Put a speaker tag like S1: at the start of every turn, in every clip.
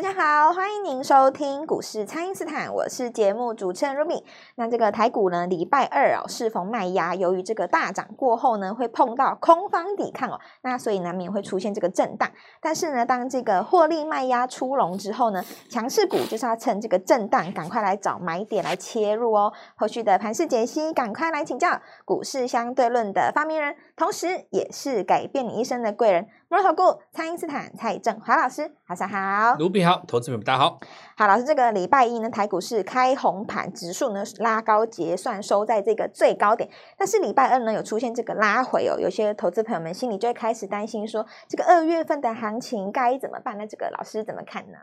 S1: 家好，欢迎您收听股市蔡因斯坦，我是节目主持人 Ruby。那这个台股呢，礼拜二哦适逢卖压，由于这个大涨过后呢，会碰到空方抵抗哦，那所以难免会出现这个震荡。但是呢，当这个获利卖压出笼之后呢，强势股就是要趁这个震荡，赶快来找买点来切入哦。后续的盘势解析，赶快来请教股市相对论的发明人，同时也是改变你一生的贵人——摩头股蔡因斯坦蔡振华老师，早上好。
S2: 卢比好，投资朋友们大家好。
S1: 好，老师，这个礼拜一呢，台股是开红盘，指数呢拉高结算，收在这个最高点。但是礼拜二呢，有出现这个拉回哦，有些投资朋友们心里就会开始担心说，这个二月份的行情该怎么办？那这个老师怎么看呢？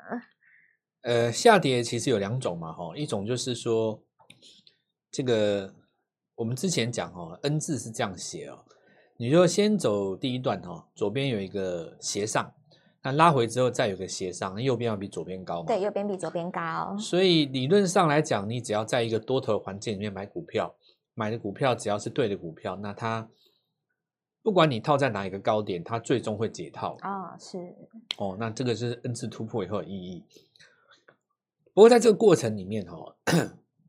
S2: 呃，下跌其实有两种嘛，哈，一种就是说，这个我们之前讲哦，N 字是这样写哦，你就先走第一段哦，左边有一个斜上，那拉回之后再有个斜上，右边要比左边高嘛。
S1: 对，。右边比左边高，
S2: 所以理论上来讲，你只要在一个多头的环境里面买股票，买的股票只要是对的股票，那它不管你套在哪一个高点，它最终会解套。
S1: 哦，是，
S2: 哦，那这个是 N 次突破以后的意义。不过在这个过程里面哦，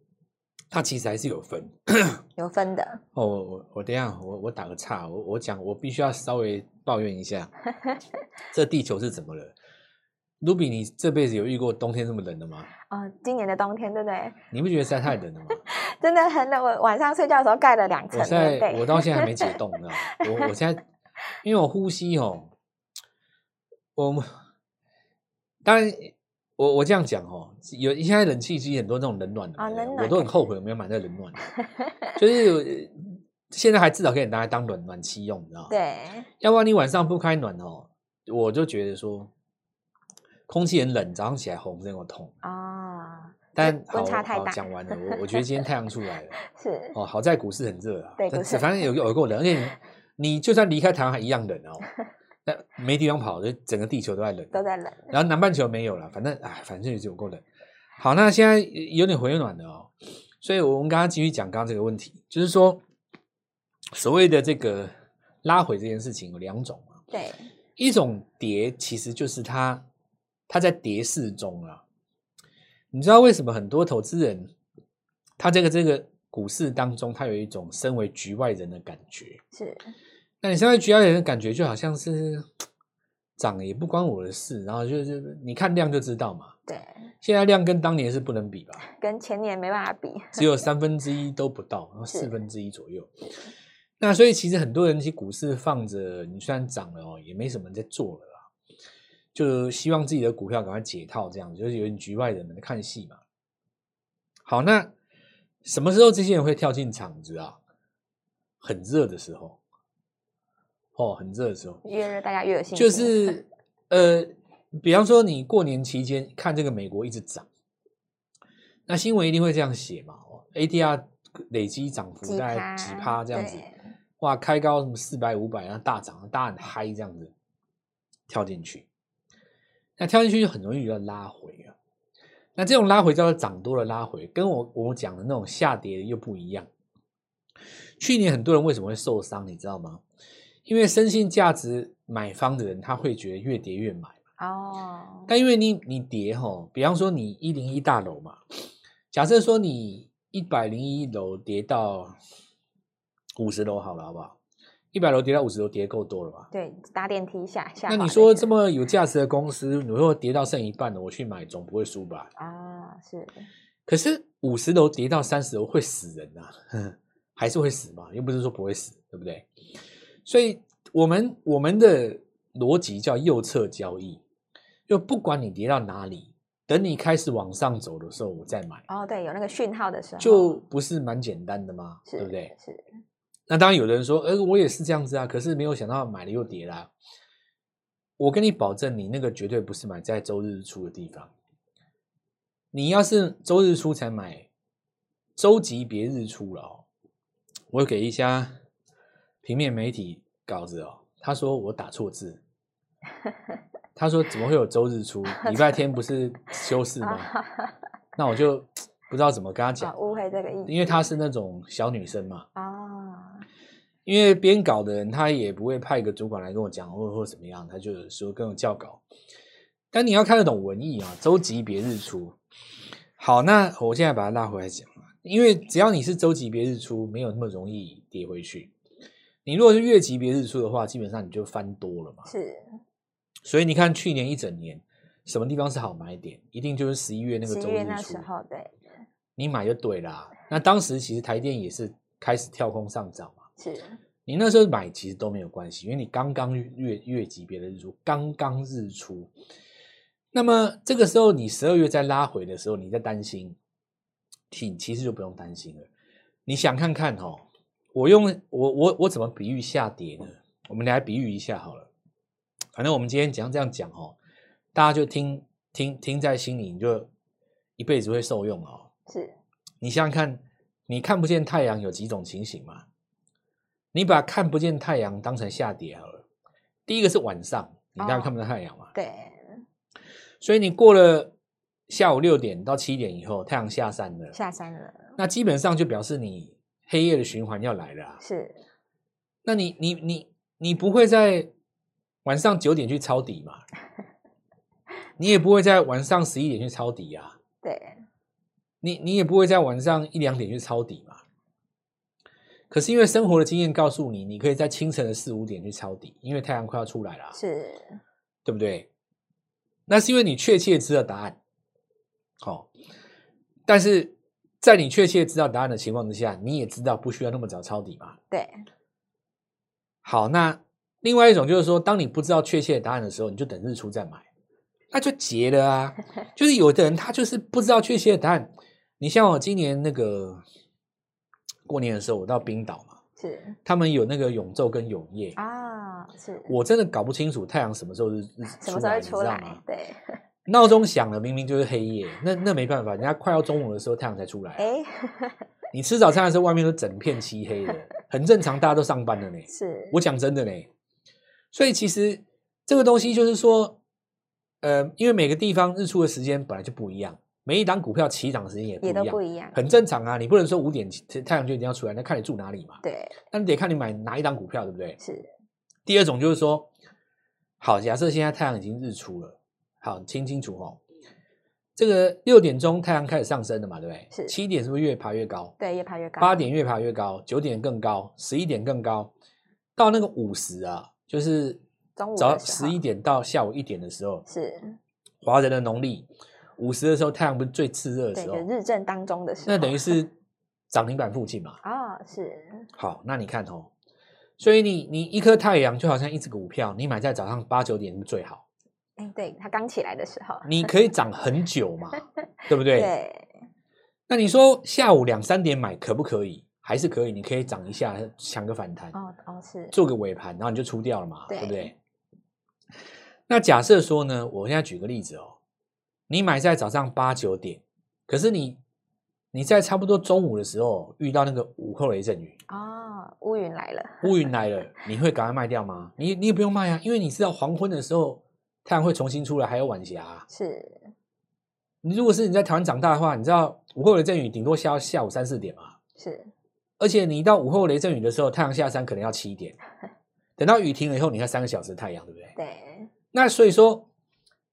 S2: 它其实还是有分
S1: 有分的，
S2: 哦。我我我等一下我我打个岔，我我讲我必须要稍微抱怨一下，这地球是怎么了？卢比，你这辈子有遇过冬天这么冷的吗？
S1: 哦，今年的冬天，对不对？
S2: 你不觉得实在太冷了吗？
S1: 真的很冷，我晚上睡觉的时候盖了两层
S2: 我现
S1: 棉
S2: 在
S1: 被
S2: 我。到现在还没解冻，你知道吗？我 我现在因为我呼吸哦，我们当然我我这样讲哦，有现在冷气机很多那种冷暖的
S1: 啊
S2: 嘛，对
S1: 冷
S2: 不对
S1: 暖
S2: 我都很后悔我没有买那冷暖的 就是呃现在还至少可以拿来当暖暖气用，你知道吗？，
S1: 对，
S2: 要不然你晚上不开暖哦，我就觉得说空气很冷，早上起来喉咙真的有痛。
S1: 哦，
S2: 但
S1: 温
S2: 好
S1: 差太
S2: 好
S1: 大
S2: 讲完了，我我觉得今天太阳出来了。
S1: 是，
S2: 哦，好在股市很热啊，
S1: 对
S2: 但
S1: 股
S2: 是
S1: 市
S2: 反正有有够冷，而且你你就算离开台湾还一样冷哦， 那没地方跑，就整个地球都在冷，
S1: 都在冷。
S2: 然后南半球没有了，反正哎，反正也有够冷。好，那现在有点回暖了哦，所以我们刚刚继续讲刚刚这个问题，就是说所谓的这个拉回这件事情有两种嘛，
S1: 对，
S2: 一种跌其实就是它它在跌势中啊。你知道为什么很多投资人他这个这个股市当中，他有一种身为局外人的感觉？
S1: 是，
S2: 那你身为局外人的感觉，就好像是涨了也不关我的事，然后就是你看量就知道嘛。
S1: 对，
S2: 现在量跟当年是不能比吧？
S1: 跟前年没办法比。
S2: 只有三分之一都不到，然后
S1: 是
S2: 四分之一左右。那所以其实很多人其实股市放着，你虽然涨了哦，也没什么在做了啦，就希望自己的股票赶快解套，这样就是有点局外人们在看戏嘛。好，那什么时候这些人会跳进场子啊？很热的时候，哦，很热的时候，
S1: 越热大家越有兴趣，
S2: 就是呃，比方说你过年期间看这个美国一直涨，那新闻一定会这样写嘛哦，ADR 累积涨幅
S1: 几
S2: 大
S1: 趴
S2: 概几趴这样子，
S1: 对
S2: 哇，开高什么四百五百，然后大涨，大家很嗨这样子跳进去，那跳进去就很容易遇到拉回啊。那这种拉回叫做涨多了拉回，跟我我讲的那种下跌又不一样。去年很多人为什么会受伤，你知道吗？因为深信价值买方的人，他会觉得越跌越买。
S1: 哦，
S2: 但因为你你跌吼，比方说你一零一大楼嘛，假设说你一百零一楼跌到五十楼好了，好不好？一百楼跌到五十楼跌够多了吧？
S1: 对，搭电梯下下滑
S2: 那
S1: 的。
S2: 你说这么有价值的公司，如果跌到剩一半了，我去买总不会输吧？
S1: 啊，是
S2: 可是五十楼跌到三十楼会死人呐、 啊，还是会死嘛？又不是说不会死，对不对？所以我们我们的逻辑叫右侧交易，就不管你跌到哪里，等你开始往上走的时候，我再买，
S1: 哦，对，有那个讯号的时候，
S2: 就不是蛮简单的吗？
S1: 是
S2: 对不对？
S1: 是
S2: 那当然，有的人说，呃，我也是这样子啊，可是没有想到买了又跌啦、我跟你保证，你那个绝对不是买在周日出的地方。你要是周日出才买，周级别日出了哦。我给一家平面媒体稿子哦，他说我打错字，他说怎么会有周日出？礼拜天不是休市吗？
S1: 啊，
S2: 那我就不知道怎么跟他讲
S1: 啊，误会这个意思，
S2: 因为她是那种小女生嘛。
S1: 啊，
S2: 因为编稿的人他也不会派一个主管来跟我讲，或或怎么样，他就说跟我校稿。但你要看得懂文意啊，周级别日出。好，那我现在把它拉回来讲啊，因为只要你是周级别日出，没有那么容易跌回去。你如果是月级别日出的话，基本上你就翻多了嘛。
S1: 是
S2: 所以你看去年一整年，什么地方是好买点？一定就是十一月那个
S1: 十
S2: 周
S1: 一月
S2: 日
S1: 那
S2: 出
S1: 时，候，对，
S2: 你买就对啦。那当时其实台电也是开始跳空上涨嘛，
S1: 是
S2: 你那时候买其实都没有关系，因为你刚刚月月级别的日出，刚刚日出。那么这个时候你十二月再拉回的时候，你在担心，挺其实就不用担心了。你想看看哦，我用我我我怎么比喻下跌呢？我们来比喻一下好了。反正我们今天讲这样讲哦，大家就听听听在心里，你就一辈子会受用哦。
S1: 是，
S2: 你想想看，你看不见太阳有几种情形嘛？你把看不见太阳当成下跌好了。第一个是晚上，你当然
S1: 哦
S2: 看不到太阳嘛，
S1: 对，
S2: 所以你过了下午六点到七点以后，太阳下山了，
S1: 下山了，
S2: 那基本上就表示你黑夜的循环要来了、啊。
S1: 是
S2: 那你你你你不会在晚上九点去抄底 嘛？你也不会在晚上十一点去抄底啊？
S1: 对，
S2: 你你也不会在晚上一两点去抄底嘛。可是因为生活的经验告诉你，你可以在清晨的四五点去抄底，因为太阳快要出来了啊，
S1: 是
S2: 对不对？那是因为你确切知道答案，好、但是在你确切知道答案的情况之下，你也知道不需要那么早抄底嘛。
S1: 对，
S2: 好，那另外一种就是说，当你不知道确切答案的时候，你就等日出再买，那就结 了啊。就是有的人他就是不知道确切的答案。你像我今年那个过年的时候，我到冰岛嘛，
S1: 是
S2: 他们有那个永昼跟永夜，
S1: 啊，是
S2: 我真的搞不清楚太阳什么时候日日
S1: 什么时候会出
S2: 来，
S1: 来
S2: 你知道吗？？
S1: 对，
S2: 闹钟响了，明明就是黑夜，那那没办法，人家快要中午的时候太阳才出来啊。
S1: 哎，
S2: 你吃早餐的时候，外面都整片漆 黑的，很正常，大家都上班了呢。
S1: 是
S2: 我讲真的嘞，所以其实这个东西就是说，呃，因为每个地方日出的时间本来就不一样，每一档股票起涨的时间也不一
S1: 也都不
S2: 样，
S1: 一样，
S2: 很正常啊。你不能说五点起太阳就一定要出来，那看你住哪里嘛。
S1: 对，
S2: 那你得看你买哪一档股票，对不对？
S1: 是
S2: 第二种就是说，好，假设现在太阳已经日出了，好，听清楚哦。这个六点钟太阳开始上升了嘛，对不对？
S1: 是
S2: 七点是不是越爬越高？
S1: 对，越爬越高，
S2: 八点越爬越高，九点更高，十一点更高，到那个五十啊，就是
S1: 中午
S2: 早
S1: 的时
S2: 十
S1: 候
S2: 一点到下午一点的时候，
S1: 是
S2: 华人的农历五十的时候，太阳不是最炽热的
S1: 对，
S2: 时
S1: 就
S2: 候，
S1: 日正当中的时候，
S2: 那等于是涨停板附近嘛。
S1: 啊，是
S2: 好，那你看哦，所以你你一颗太阳就好像一只股票，你买在早上八九点是最 好，
S1: 哎，对，它刚起来的时候，
S2: 你可以涨很 久嘛，对不嗯对？
S1: 对，
S2: 那你说下午两三点买可不可以？还是可以，你可以涨一下，抢个反弹。
S1: 哦哦是，
S2: 做个尾盘，然后你就出掉了嘛，
S1: 对
S2: 对不对？那假设说呢，我现在举个例子哦，你买在早上八九点，可是你你在差不多中午的时候遇到那个午后雷阵雨，
S1: 哦，乌云来了，
S2: 乌云来了，你会赶快卖掉吗？你你也不用卖啊，因为你知道黄昏的时候太阳会重新出来，还有晚霞啊、
S1: 是
S2: 你如果是你在台湾长大的话，你知道午后雷阵雨顶多下到下午三四点嘛，
S1: 是，
S2: 而且你到午后雷阵雨的时候，太阳下山可能要七点，等到雨停了以后，你看三个小时的太阳，对不对？
S1: 对，
S2: 那所以说，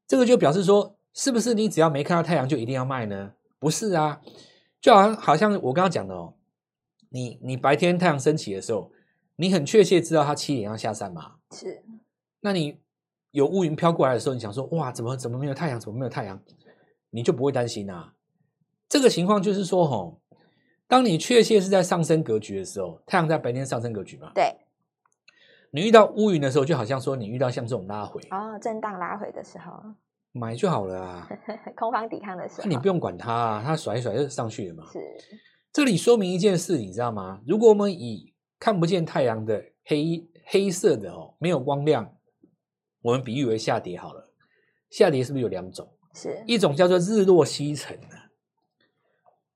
S2: 这个就表示说，是不是你只要没看到太阳就一定要卖呢？不是啊，就好像好像我刚刚讲的哦，你你白天太阳升起的时候，你很确切知道它七点要下山嘛，
S1: 是
S2: 那你有乌云飘过来的时候，你想说哇，怎么怎么没有太阳？怎么没有太阳？你就不会担心啊。这个情况就是说，吼，当你确切是在上升格局的时候，太阳在白天上升格局嘛，
S1: 对，
S2: 你遇到乌云的时候，就好像说你遇到像这种拉回，
S1: 哦，震荡拉回的时候，
S2: 买就好了啊。
S1: 空方抵抗的时
S2: 那
S1: 候，
S2: 你不用管它、啊，它甩一甩就上去了嘛。
S1: 是
S2: 这里说明一件事，你知道吗？如果我们以看不见太阳的黑黑色的哦，没有光亮，我们比喻为下跌好了。下跌是不是有两种？
S1: 是
S2: 一种叫做日落西沉的，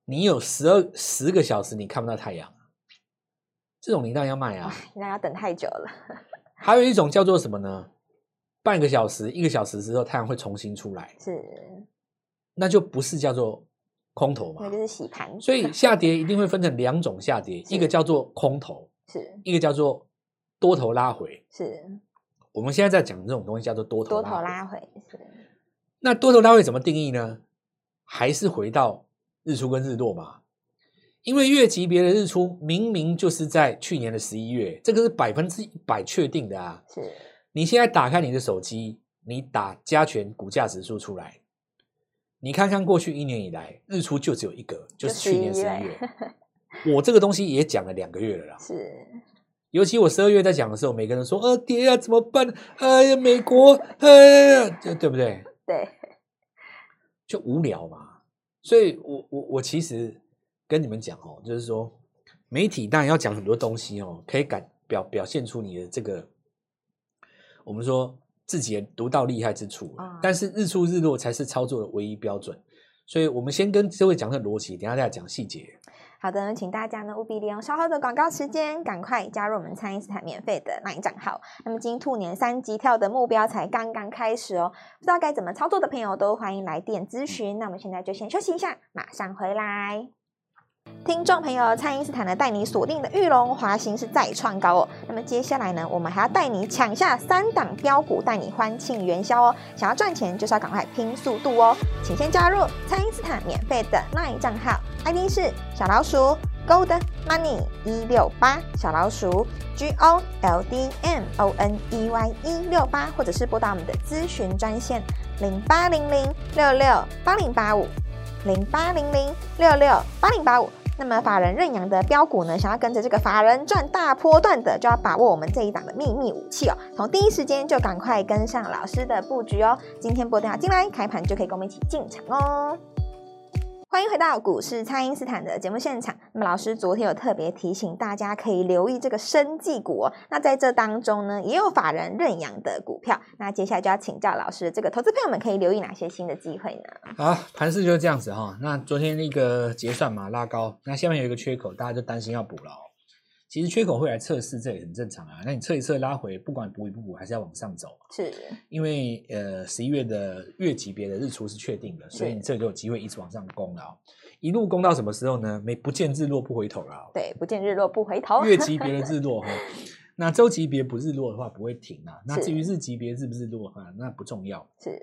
S2: 你有十二十个小时你看不到太阳，这种你当然要卖啊。
S1: 那要等太久了，
S2: 还有一种叫做什么呢？半个小时、一个小时之后，太阳会重新出来，
S1: 是
S2: 那就不是叫做空头嘛
S1: 那。就是洗盘，
S2: 所以下跌一定会分成两种下跌，
S1: 是
S2: 一个叫做空头，
S1: 是
S2: 一个叫做多头拉回。
S1: 是
S2: 我们现在在讲这种东西叫做多头
S1: 多
S2: 拉
S1: 头
S2: 回。
S1: 拉回，是
S2: 那多头拉回怎么定义呢？还是回到日出跟日落嘛？因为月级别的日出明明就是在去年的十一月，这个是百分之一百确定的啊。
S1: 是
S2: 你现在打开你的手机，你打加权股价指数出来，你看看过去一年以来日出就只有一个，就是去年十一
S1: 11月
S2: 月。我这个东西也讲了两个月了啦，
S1: 是，
S2: 尤其我十二月在讲的时候，每个人说：“呃，跌啊，怎么办？哎呀，美国，哎呀，对对不对？”
S1: 对，
S2: 就无聊嘛。所以我我我其实跟你们讲哦，就是说媒体当然要讲很多东西哦，可以感表表现出你的这个我们说自己的独到厉害之处啦
S1: 啊
S2: 但是日出日落才是操作的唯一标准。所以我们先跟各位讲这个逻辑，等一下再讲细节。
S1: 好的，请大家呢务必利用稍后的广告时间，赶快加入我们蔡因斯坦免费的 LINE 账号。那么，今兔年三级跳的目标才刚刚开始哦，不知道该怎么操作的朋友都欢迎来电咨询。那我们现在就先休息一下，马上回来。听众朋友，蔡因斯坦呢带你锁定的玉龙华兴是再创高哦。那么接下来呢，我们还要带你抢下三档标股，带你欢庆元宵哦。想要赚钱，就是要赶快拼速度哦。请先加入蔡因斯坦免费的 LINE 账号，ID 是小老鼠 Gold Money 一六八，小老鼠 G O L D M O N E Y 一六八，或者是拨打我们的咨询专线零八零零六六八零八五。零八零零六六八零八五。那么法人认养的标股呢，想要跟着这个法人赚大波段的，就要把握我们这一档的秘密武器哦。从第一时间就赶快跟上老师的布局哦。今天拨电话进来，开盘就可以跟我们一起进场哦。欢迎回到股市，蔡因斯坦的节目现场。那么，老师昨天有特别提醒大家，可以留意这个生技股、哦。那在这当中呢，也有法人认养的股票。那接下来就要请教老师，这个投资朋友们可以留意哪些新的机会呢？
S2: 好，盘势就是这样子哈、那昨天那个结算嘛拉高，那下面有一个缺口，大家就担心要补了哦。其实缺口会来测试，这也很正常啊。那你测一测拉回，不管补一不补，还是要往上走嘛。
S1: 是
S2: 因为呃十一月的月级别的日出是确定的，所以
S1: 是
S2: 你这就有机会一直往上攻了哦、一路攻到什么时候呢？没不见日落不回头了哦、
S1: 对，不见日落不回头。
S2: 月级别的日落哈、那周级别不日落的话不会停啊。那
S1: 是
S2: 至于日级别日不日落啊，那不重要。
S1: 是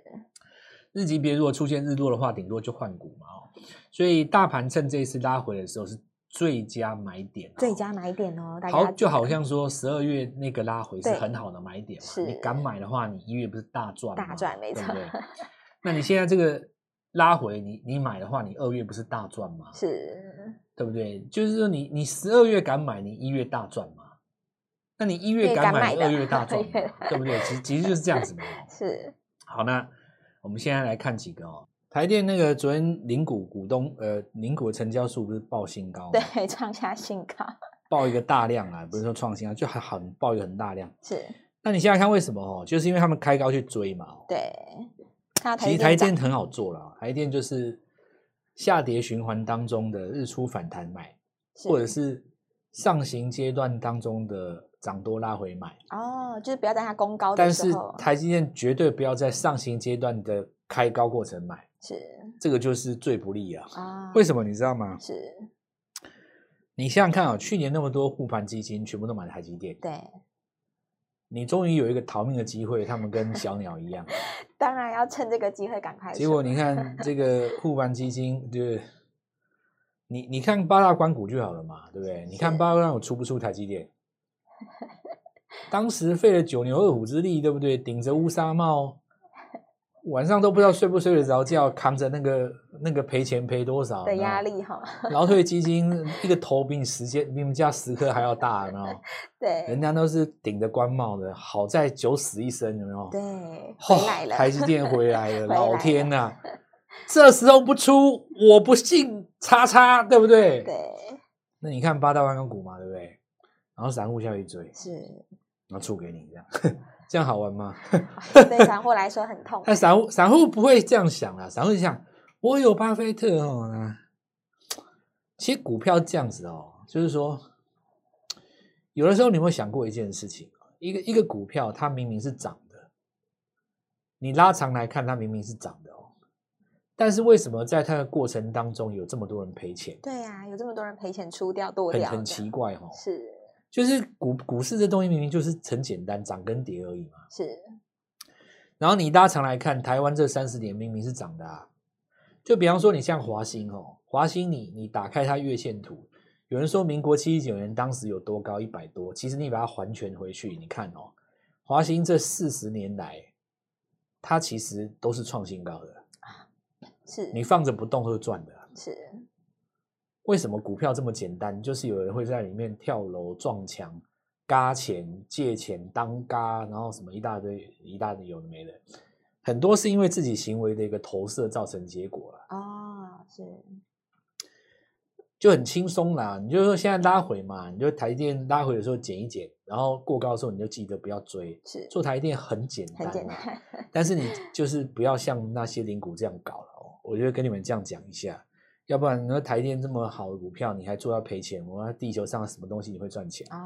S2: 日级别如果出现日落的话，顶多就换股嘛哦。所以大盘趁这一次拉回的时候是最佳买点、哦，
S1: 最佳买点哦，大家
S2: 好，就
S1: 记
S2: 好
S1: 得
S2: 像说十二月那个拉回是
S1: 对
S2: 很好的买点嘛，
S1: 是
S2: 你敢买的话，你一月不是大赚
S1: 大
S2: 吗
S1: 赚没
S2: 对
S1: 错
S2: 不对那你现在这个拉回，你你买的话，你二月不是大赚吗？
S1: 是
S2: 对不对？就是说你你十二月敢买，你一月大赚嘛？那你一
S1: 越
S2: 月
S1: 敢
S2: 敢买，
S1: 买
S2: 你
S1: 的
S2: 二月大赚
S1: 二月
S2: 嘛，对不对？其实其实就是这样 子嘛。
S1: 是
S2: 好，那我们现在来看几个哦。台电那个昨天零股股东呃零股的成交数不是报新高吗？
S1: 对创下新高，
S2: 爆一个大量啊，不是说创新啊，就很很爆一个很大量。
S1: 是
S2: 那你想想看为什么哦？就是因为他们开高去追嘛。哦
S1: 对。看到
S2: 其实台
S1: 涨
S2: 电很好做啦，台电就是下跌循环当中的日出反弹买，或者是上行阶段当中的涨多拉回买。
S1: 哦，就是不要在它攻高的
S2: 但
S1: 时
S2: 是
S1: 候，啊
S2: 台积电绝对不要在上行阶段的开高过程买，
S1: 是
S2: 这个就是最不利啊。
S1: 啊，
S2: 为什么你知道吗？
S1: 是
S2: 你想想看啊、去年那么多护盘基金全部都买台积电，
S1: 对，
S2: 你终于有一个逃命的机会，他们跟小鸟一样。
S1: 当然要趁这个机会赶快出。
S2: 结果你看 这个护盘基金，对不对？你你看八大关股就好了嘛，对不对？你看
S1: 是
S2: 八大关股出不出台积电？当时费了九牛二虎之力，对不对？顶着乌纱帽，晚上都不知道睡不睡得着觉，扛着那个那个赔钱赔多少
S1: 的
S2: 你知道
S1: 压
S2: 吗
S1: 力哈，
S2: 劳退基金一个头比你十间比你们家十颗还要大，有没 有？人
S1: 对
S2: 家都是顶着官帽的，好在九死一生，有没有？
S1: 对，
S2: 哦
S1: 回来了，
S2: 台积电回来 了，
S1: 回来
S2: 老
S1: 了
S2: 天呐、这时候不出，我不信叉叉，对不对？。
S1: 对
S2: 那你看八大万港股嘛，对不对？然后散户下去追，
S1: 是
S2: 然后出给你，这样 这样好玩吗？
S1: 对散户来说很痛
S2: 那散户散户不会这样想啦，散户就想我有巴菲特哦。那其实股票这样子哦，就是说，有的时候你有没有想过一件事情？一个一个股票它明明是涨的，你拉长来看，它明明是涨的哦，但是为什么在它的过程当中有这么多人赔钱？
S1: 对呀、有这么多人赔钱出掉剁
S2: 很
S1: 掉，
S2: 很奇，怪哦，
S1: 是
S2: 就是股股市这东西明明就是很简单，涨跟跌而已嘛。
S1: 是
S2: 然后你拉长来看，台湾这三十点明明是涨的啊。就比方说，你像华兴哦，华兴你你打开它月线图，有人说民国七十九年当时有多高，一百多，其实你把它还全回去，你看哦，华兴这四十年来，它其实都是创新高的，
S1: 是
S2: 你放着不动都是赚的啊。
S1: 是
S2: 为什么股票这么简单？就是有人会在里面跳楼、撞墙、嘎钱、借钱、当嘎，然后什么一大堆、一大堆有的没的，很多是因为自己行为的一个投射造成结果了，
S1: 哦，是
S2: 就很轻松啦。你就说现在拉回嘛，你就台电拉回的时候减一减，然后过高的时候你就记得不要追。
S1: 是
S2: 做台电很简单啊
S1: 很
S2: 啦，
S1: 简单，
S2: 但是你就是不要像那些零股这样搞了哦。我就跟你们这样讲一下，要不然你说台电这么好的股票，你还做到赔钱，我那地球上什么东西你会赚钱？
S1: 哦，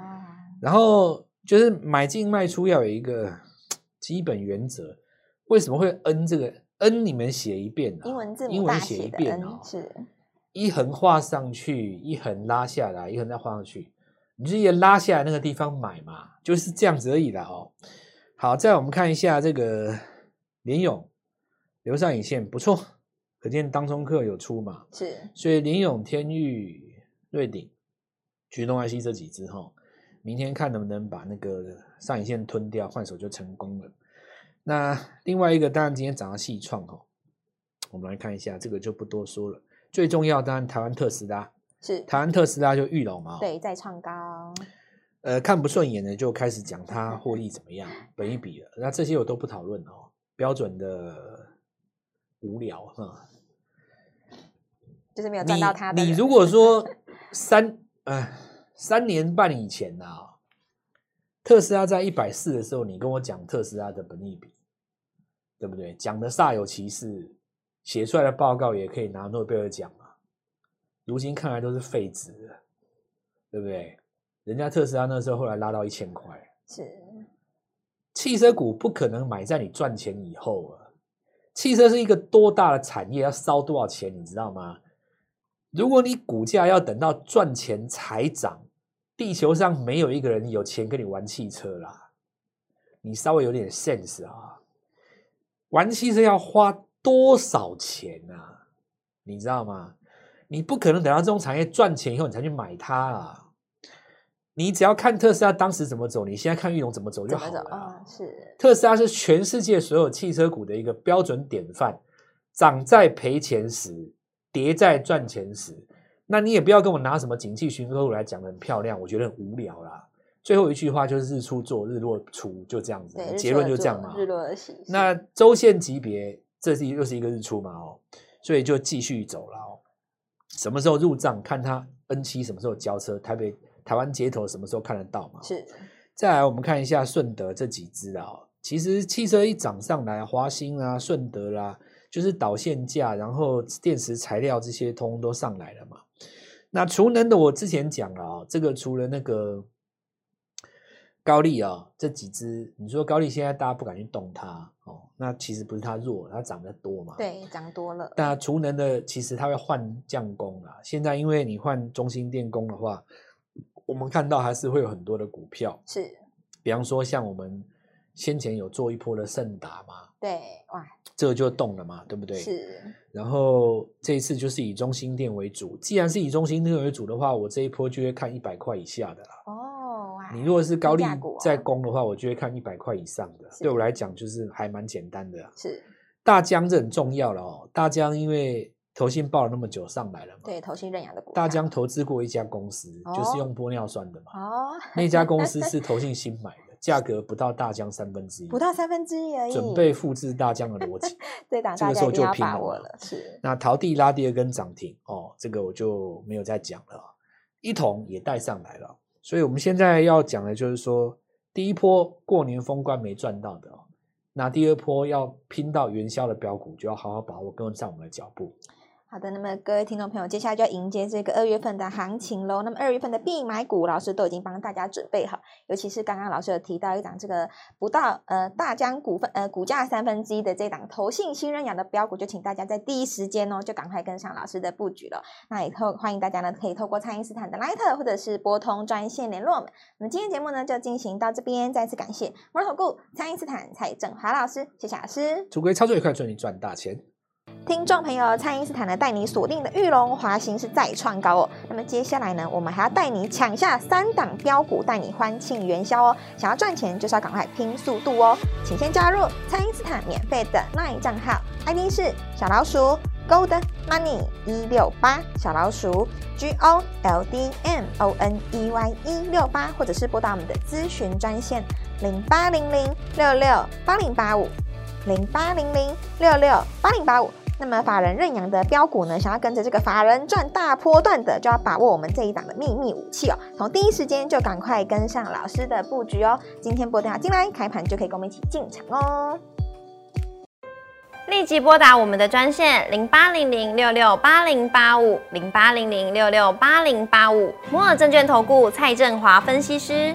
S2: 然后就是买进卖出要有一个基本原则。为什么会 N 这个 N？你们写一遍、啊，
S1: 英文字
S2: 英
S1: 母
S2: 文
S1: 大
S2: 写一
S1: 写的
S2: 遍啊
S1: N、是
S2: 一横画上去，一横拉下来，一横再画上去，你就沿拉下来那个地方买嘛，就是这样子而已啦哦。好，再我们看一下这个联勇留上影线不错，可见当中课有出嘛，
S1: 是
S2: 所以联勇、天域、瑞鼎、菊东 IC 这几只哈，明天看能不能把那个上影线吞掉，换手就成功了。那另外一个当然今天涨到细创哈，我们来看一下，这个就不多说了。最重要当然台湾特斯拉，
S1: 是，
S2: 台湾特斯拉就遇龙嘛，，
S1: 对，再创高，
S2: 呃，看不顺眼的就开始讲它获利怎么样，本一比了，那这些我都不讨论哦，标准的无聊哈。
S1: 就是没有赚
S2: 你
S1: 到它的
S2: 你
S1: 人
S2: 如果说三呃三年半以前呐、特斯拉在一百四的时候，你跟我讲特斯拉的本益比，对不对？讲的煞有其事，写出来的报告也可以拿诺贝尔奖嘛。如今看来都是废纸了，对不对？人家特斯拉那时候后来拉到一千块，
S1: 是
S2: 汽车股不可能买在你赚钱以后啊。汽车是一个多大的产业，要烧多少钱，你知道吗？如果你股价要等到赚钱才涨，地球上没有一个人有钱跟你玩汽车啦。你稍微有点 sense 啊，玩汽车要花多少钱啊？你知道吗？你不可能等到这种产业赚钱以后你才去买它啊。你只要看特斯拉当时怎么走，你现在看玉龙怎么走就
S1: 怎
S2: 好
S1: 么走
S2: 了
S1: 哦，
S2: 啊、
S1: 是
S2: 特斯拉是全世界所有汽车股的一个标准典范，涨在赔钱时，跌在赚钱时。那你也不要跟我拿什么景气循环股来讲的很漂亮，我觉得很无聊啦。最后一句话就是日出做，日落出，就这样子
S1: 对，，日
S2: 结
S1: 出
S2: 论
S1: 而
S2: 就这样
S1: 作
S2: 嘛。
S1: 日落而息，是
S2: 那周线级别，这是又是一个日出嘛哦，所以就继续走了哦。什么时候入账，看它 N 七什么时候交车，台北台湾街头什么时候看得到嘛？哦
S1: 是
S2: 再来，我们看一下顺德这几只啊、哦，其实汽车一涨上来，华兴啊、顺德啦、就是导线架，然后电池材料这些通通都上来了嘛。那储能的我之前讲了啊、这个除了那个高丽啊、这几只，你说高丽现在大家不敢去动它哦，那其实不是它弱，它涨得多嘛。。
S1: 对，涨多了，
S2: 那储能的其实它会换降工啦，现在因为你换中心电工的话，我们看到还是会有很多的股票。
S1: 是
S2: 比方说像我们先前有做一波的盛达嘛，
S1: 对，哇，
S2: 这个就动了嘛，对不对？。
S1: 是
S2: 然后这一次就是以中心店为主，既然是以中心店为主的话，我这一波就会看一百块以下的啦。
S1: 哦，哇，
S2: 你如果是高利
S1: 低价股啊
S2: 在攻的话，我就会看一百块以上的。
S1: 是
S2: 对我来讲，就是还蛮简单的啊。
S1: 是
S2: 大疆这很重要了哦，大疆因为投信报了那么久上来了嘛，
S1: 对投信认哦养的股票，
S2: 大疆投资过一家公司，就是用玻尿酸的嘛，
S1: 哦，
S2: 那家公司是投信新买的，价格不到大疆三分之一，
S1: 不到三分之一而已，
S2: 准备复制大疆的逻辑。
S1: 对打
S2: 这
S1: 大
S2: 个
S1: 家
S2: 时候
S1: 一定
S2: 就
S1: 要
S2: 拼
S1: 把
S2: 了
S1: 握
S2: 嘛
S1: 了，是
S2: 那陶地拉第二根涨停哦，这个我就没有再讲了。一同也带上来了，所以我们现在要讲的就是说，第一波过年封关没赚到的哦，那第二波要拼到元宵的标股，就要好好把握跟上我们的脚步。
S1: 好的，那么各位听众朋友，接下来就要迎接这个二月份的行情喽。那么二月份的必买股，老师都已经帮大家准备好，尤其是刚刚老师有提到一档这个不到呃大疆股份呃股价三分之一的这档投信新认养的标股，就请大家在第一时间哦就赶快跟上老师的布局了。那以后欢迎大家呢可以透过蔡因斯坦的 Line 或者是拨通专线联络我们。那么今天节目呢就进行到这边，再次感谢摩尔投顾蔡因斯坦蔡振华老师，谢谢老师。
S2: 祝各位操作愉快，祝你赚大钱！
S1: 听众朋友，蔡因斯坦呢带你锁定的玉龙华行是再创高哦。那么接下来呢，我们还要带你抢下三档标股，带你欢庆元宵哦。想要赚钱，就是要赶快拼速度哦。请先加入蔡因斯坦免费的 LINE 账号，ID 是小老鼠 Gold Money 一六八，小老鼠 G O L D M O N E Y 一六八，或者是拨打我们的咨询专线零八零零六六八零八五。零八零零六六八零八五。那么法人认养的标股呢，想要跟着这个法人赚大波段的，就要把握我们这一档的秘密武器哦。从第一时间就赶快跟上老师的布局哦。今天拨电话进来，开盘就可以跟我们一起进场哦。
S3: 立即拨打我们的专线零八零零六六八零八五零八零零六六八零八五摩尔证券投顾蔡振华分析师。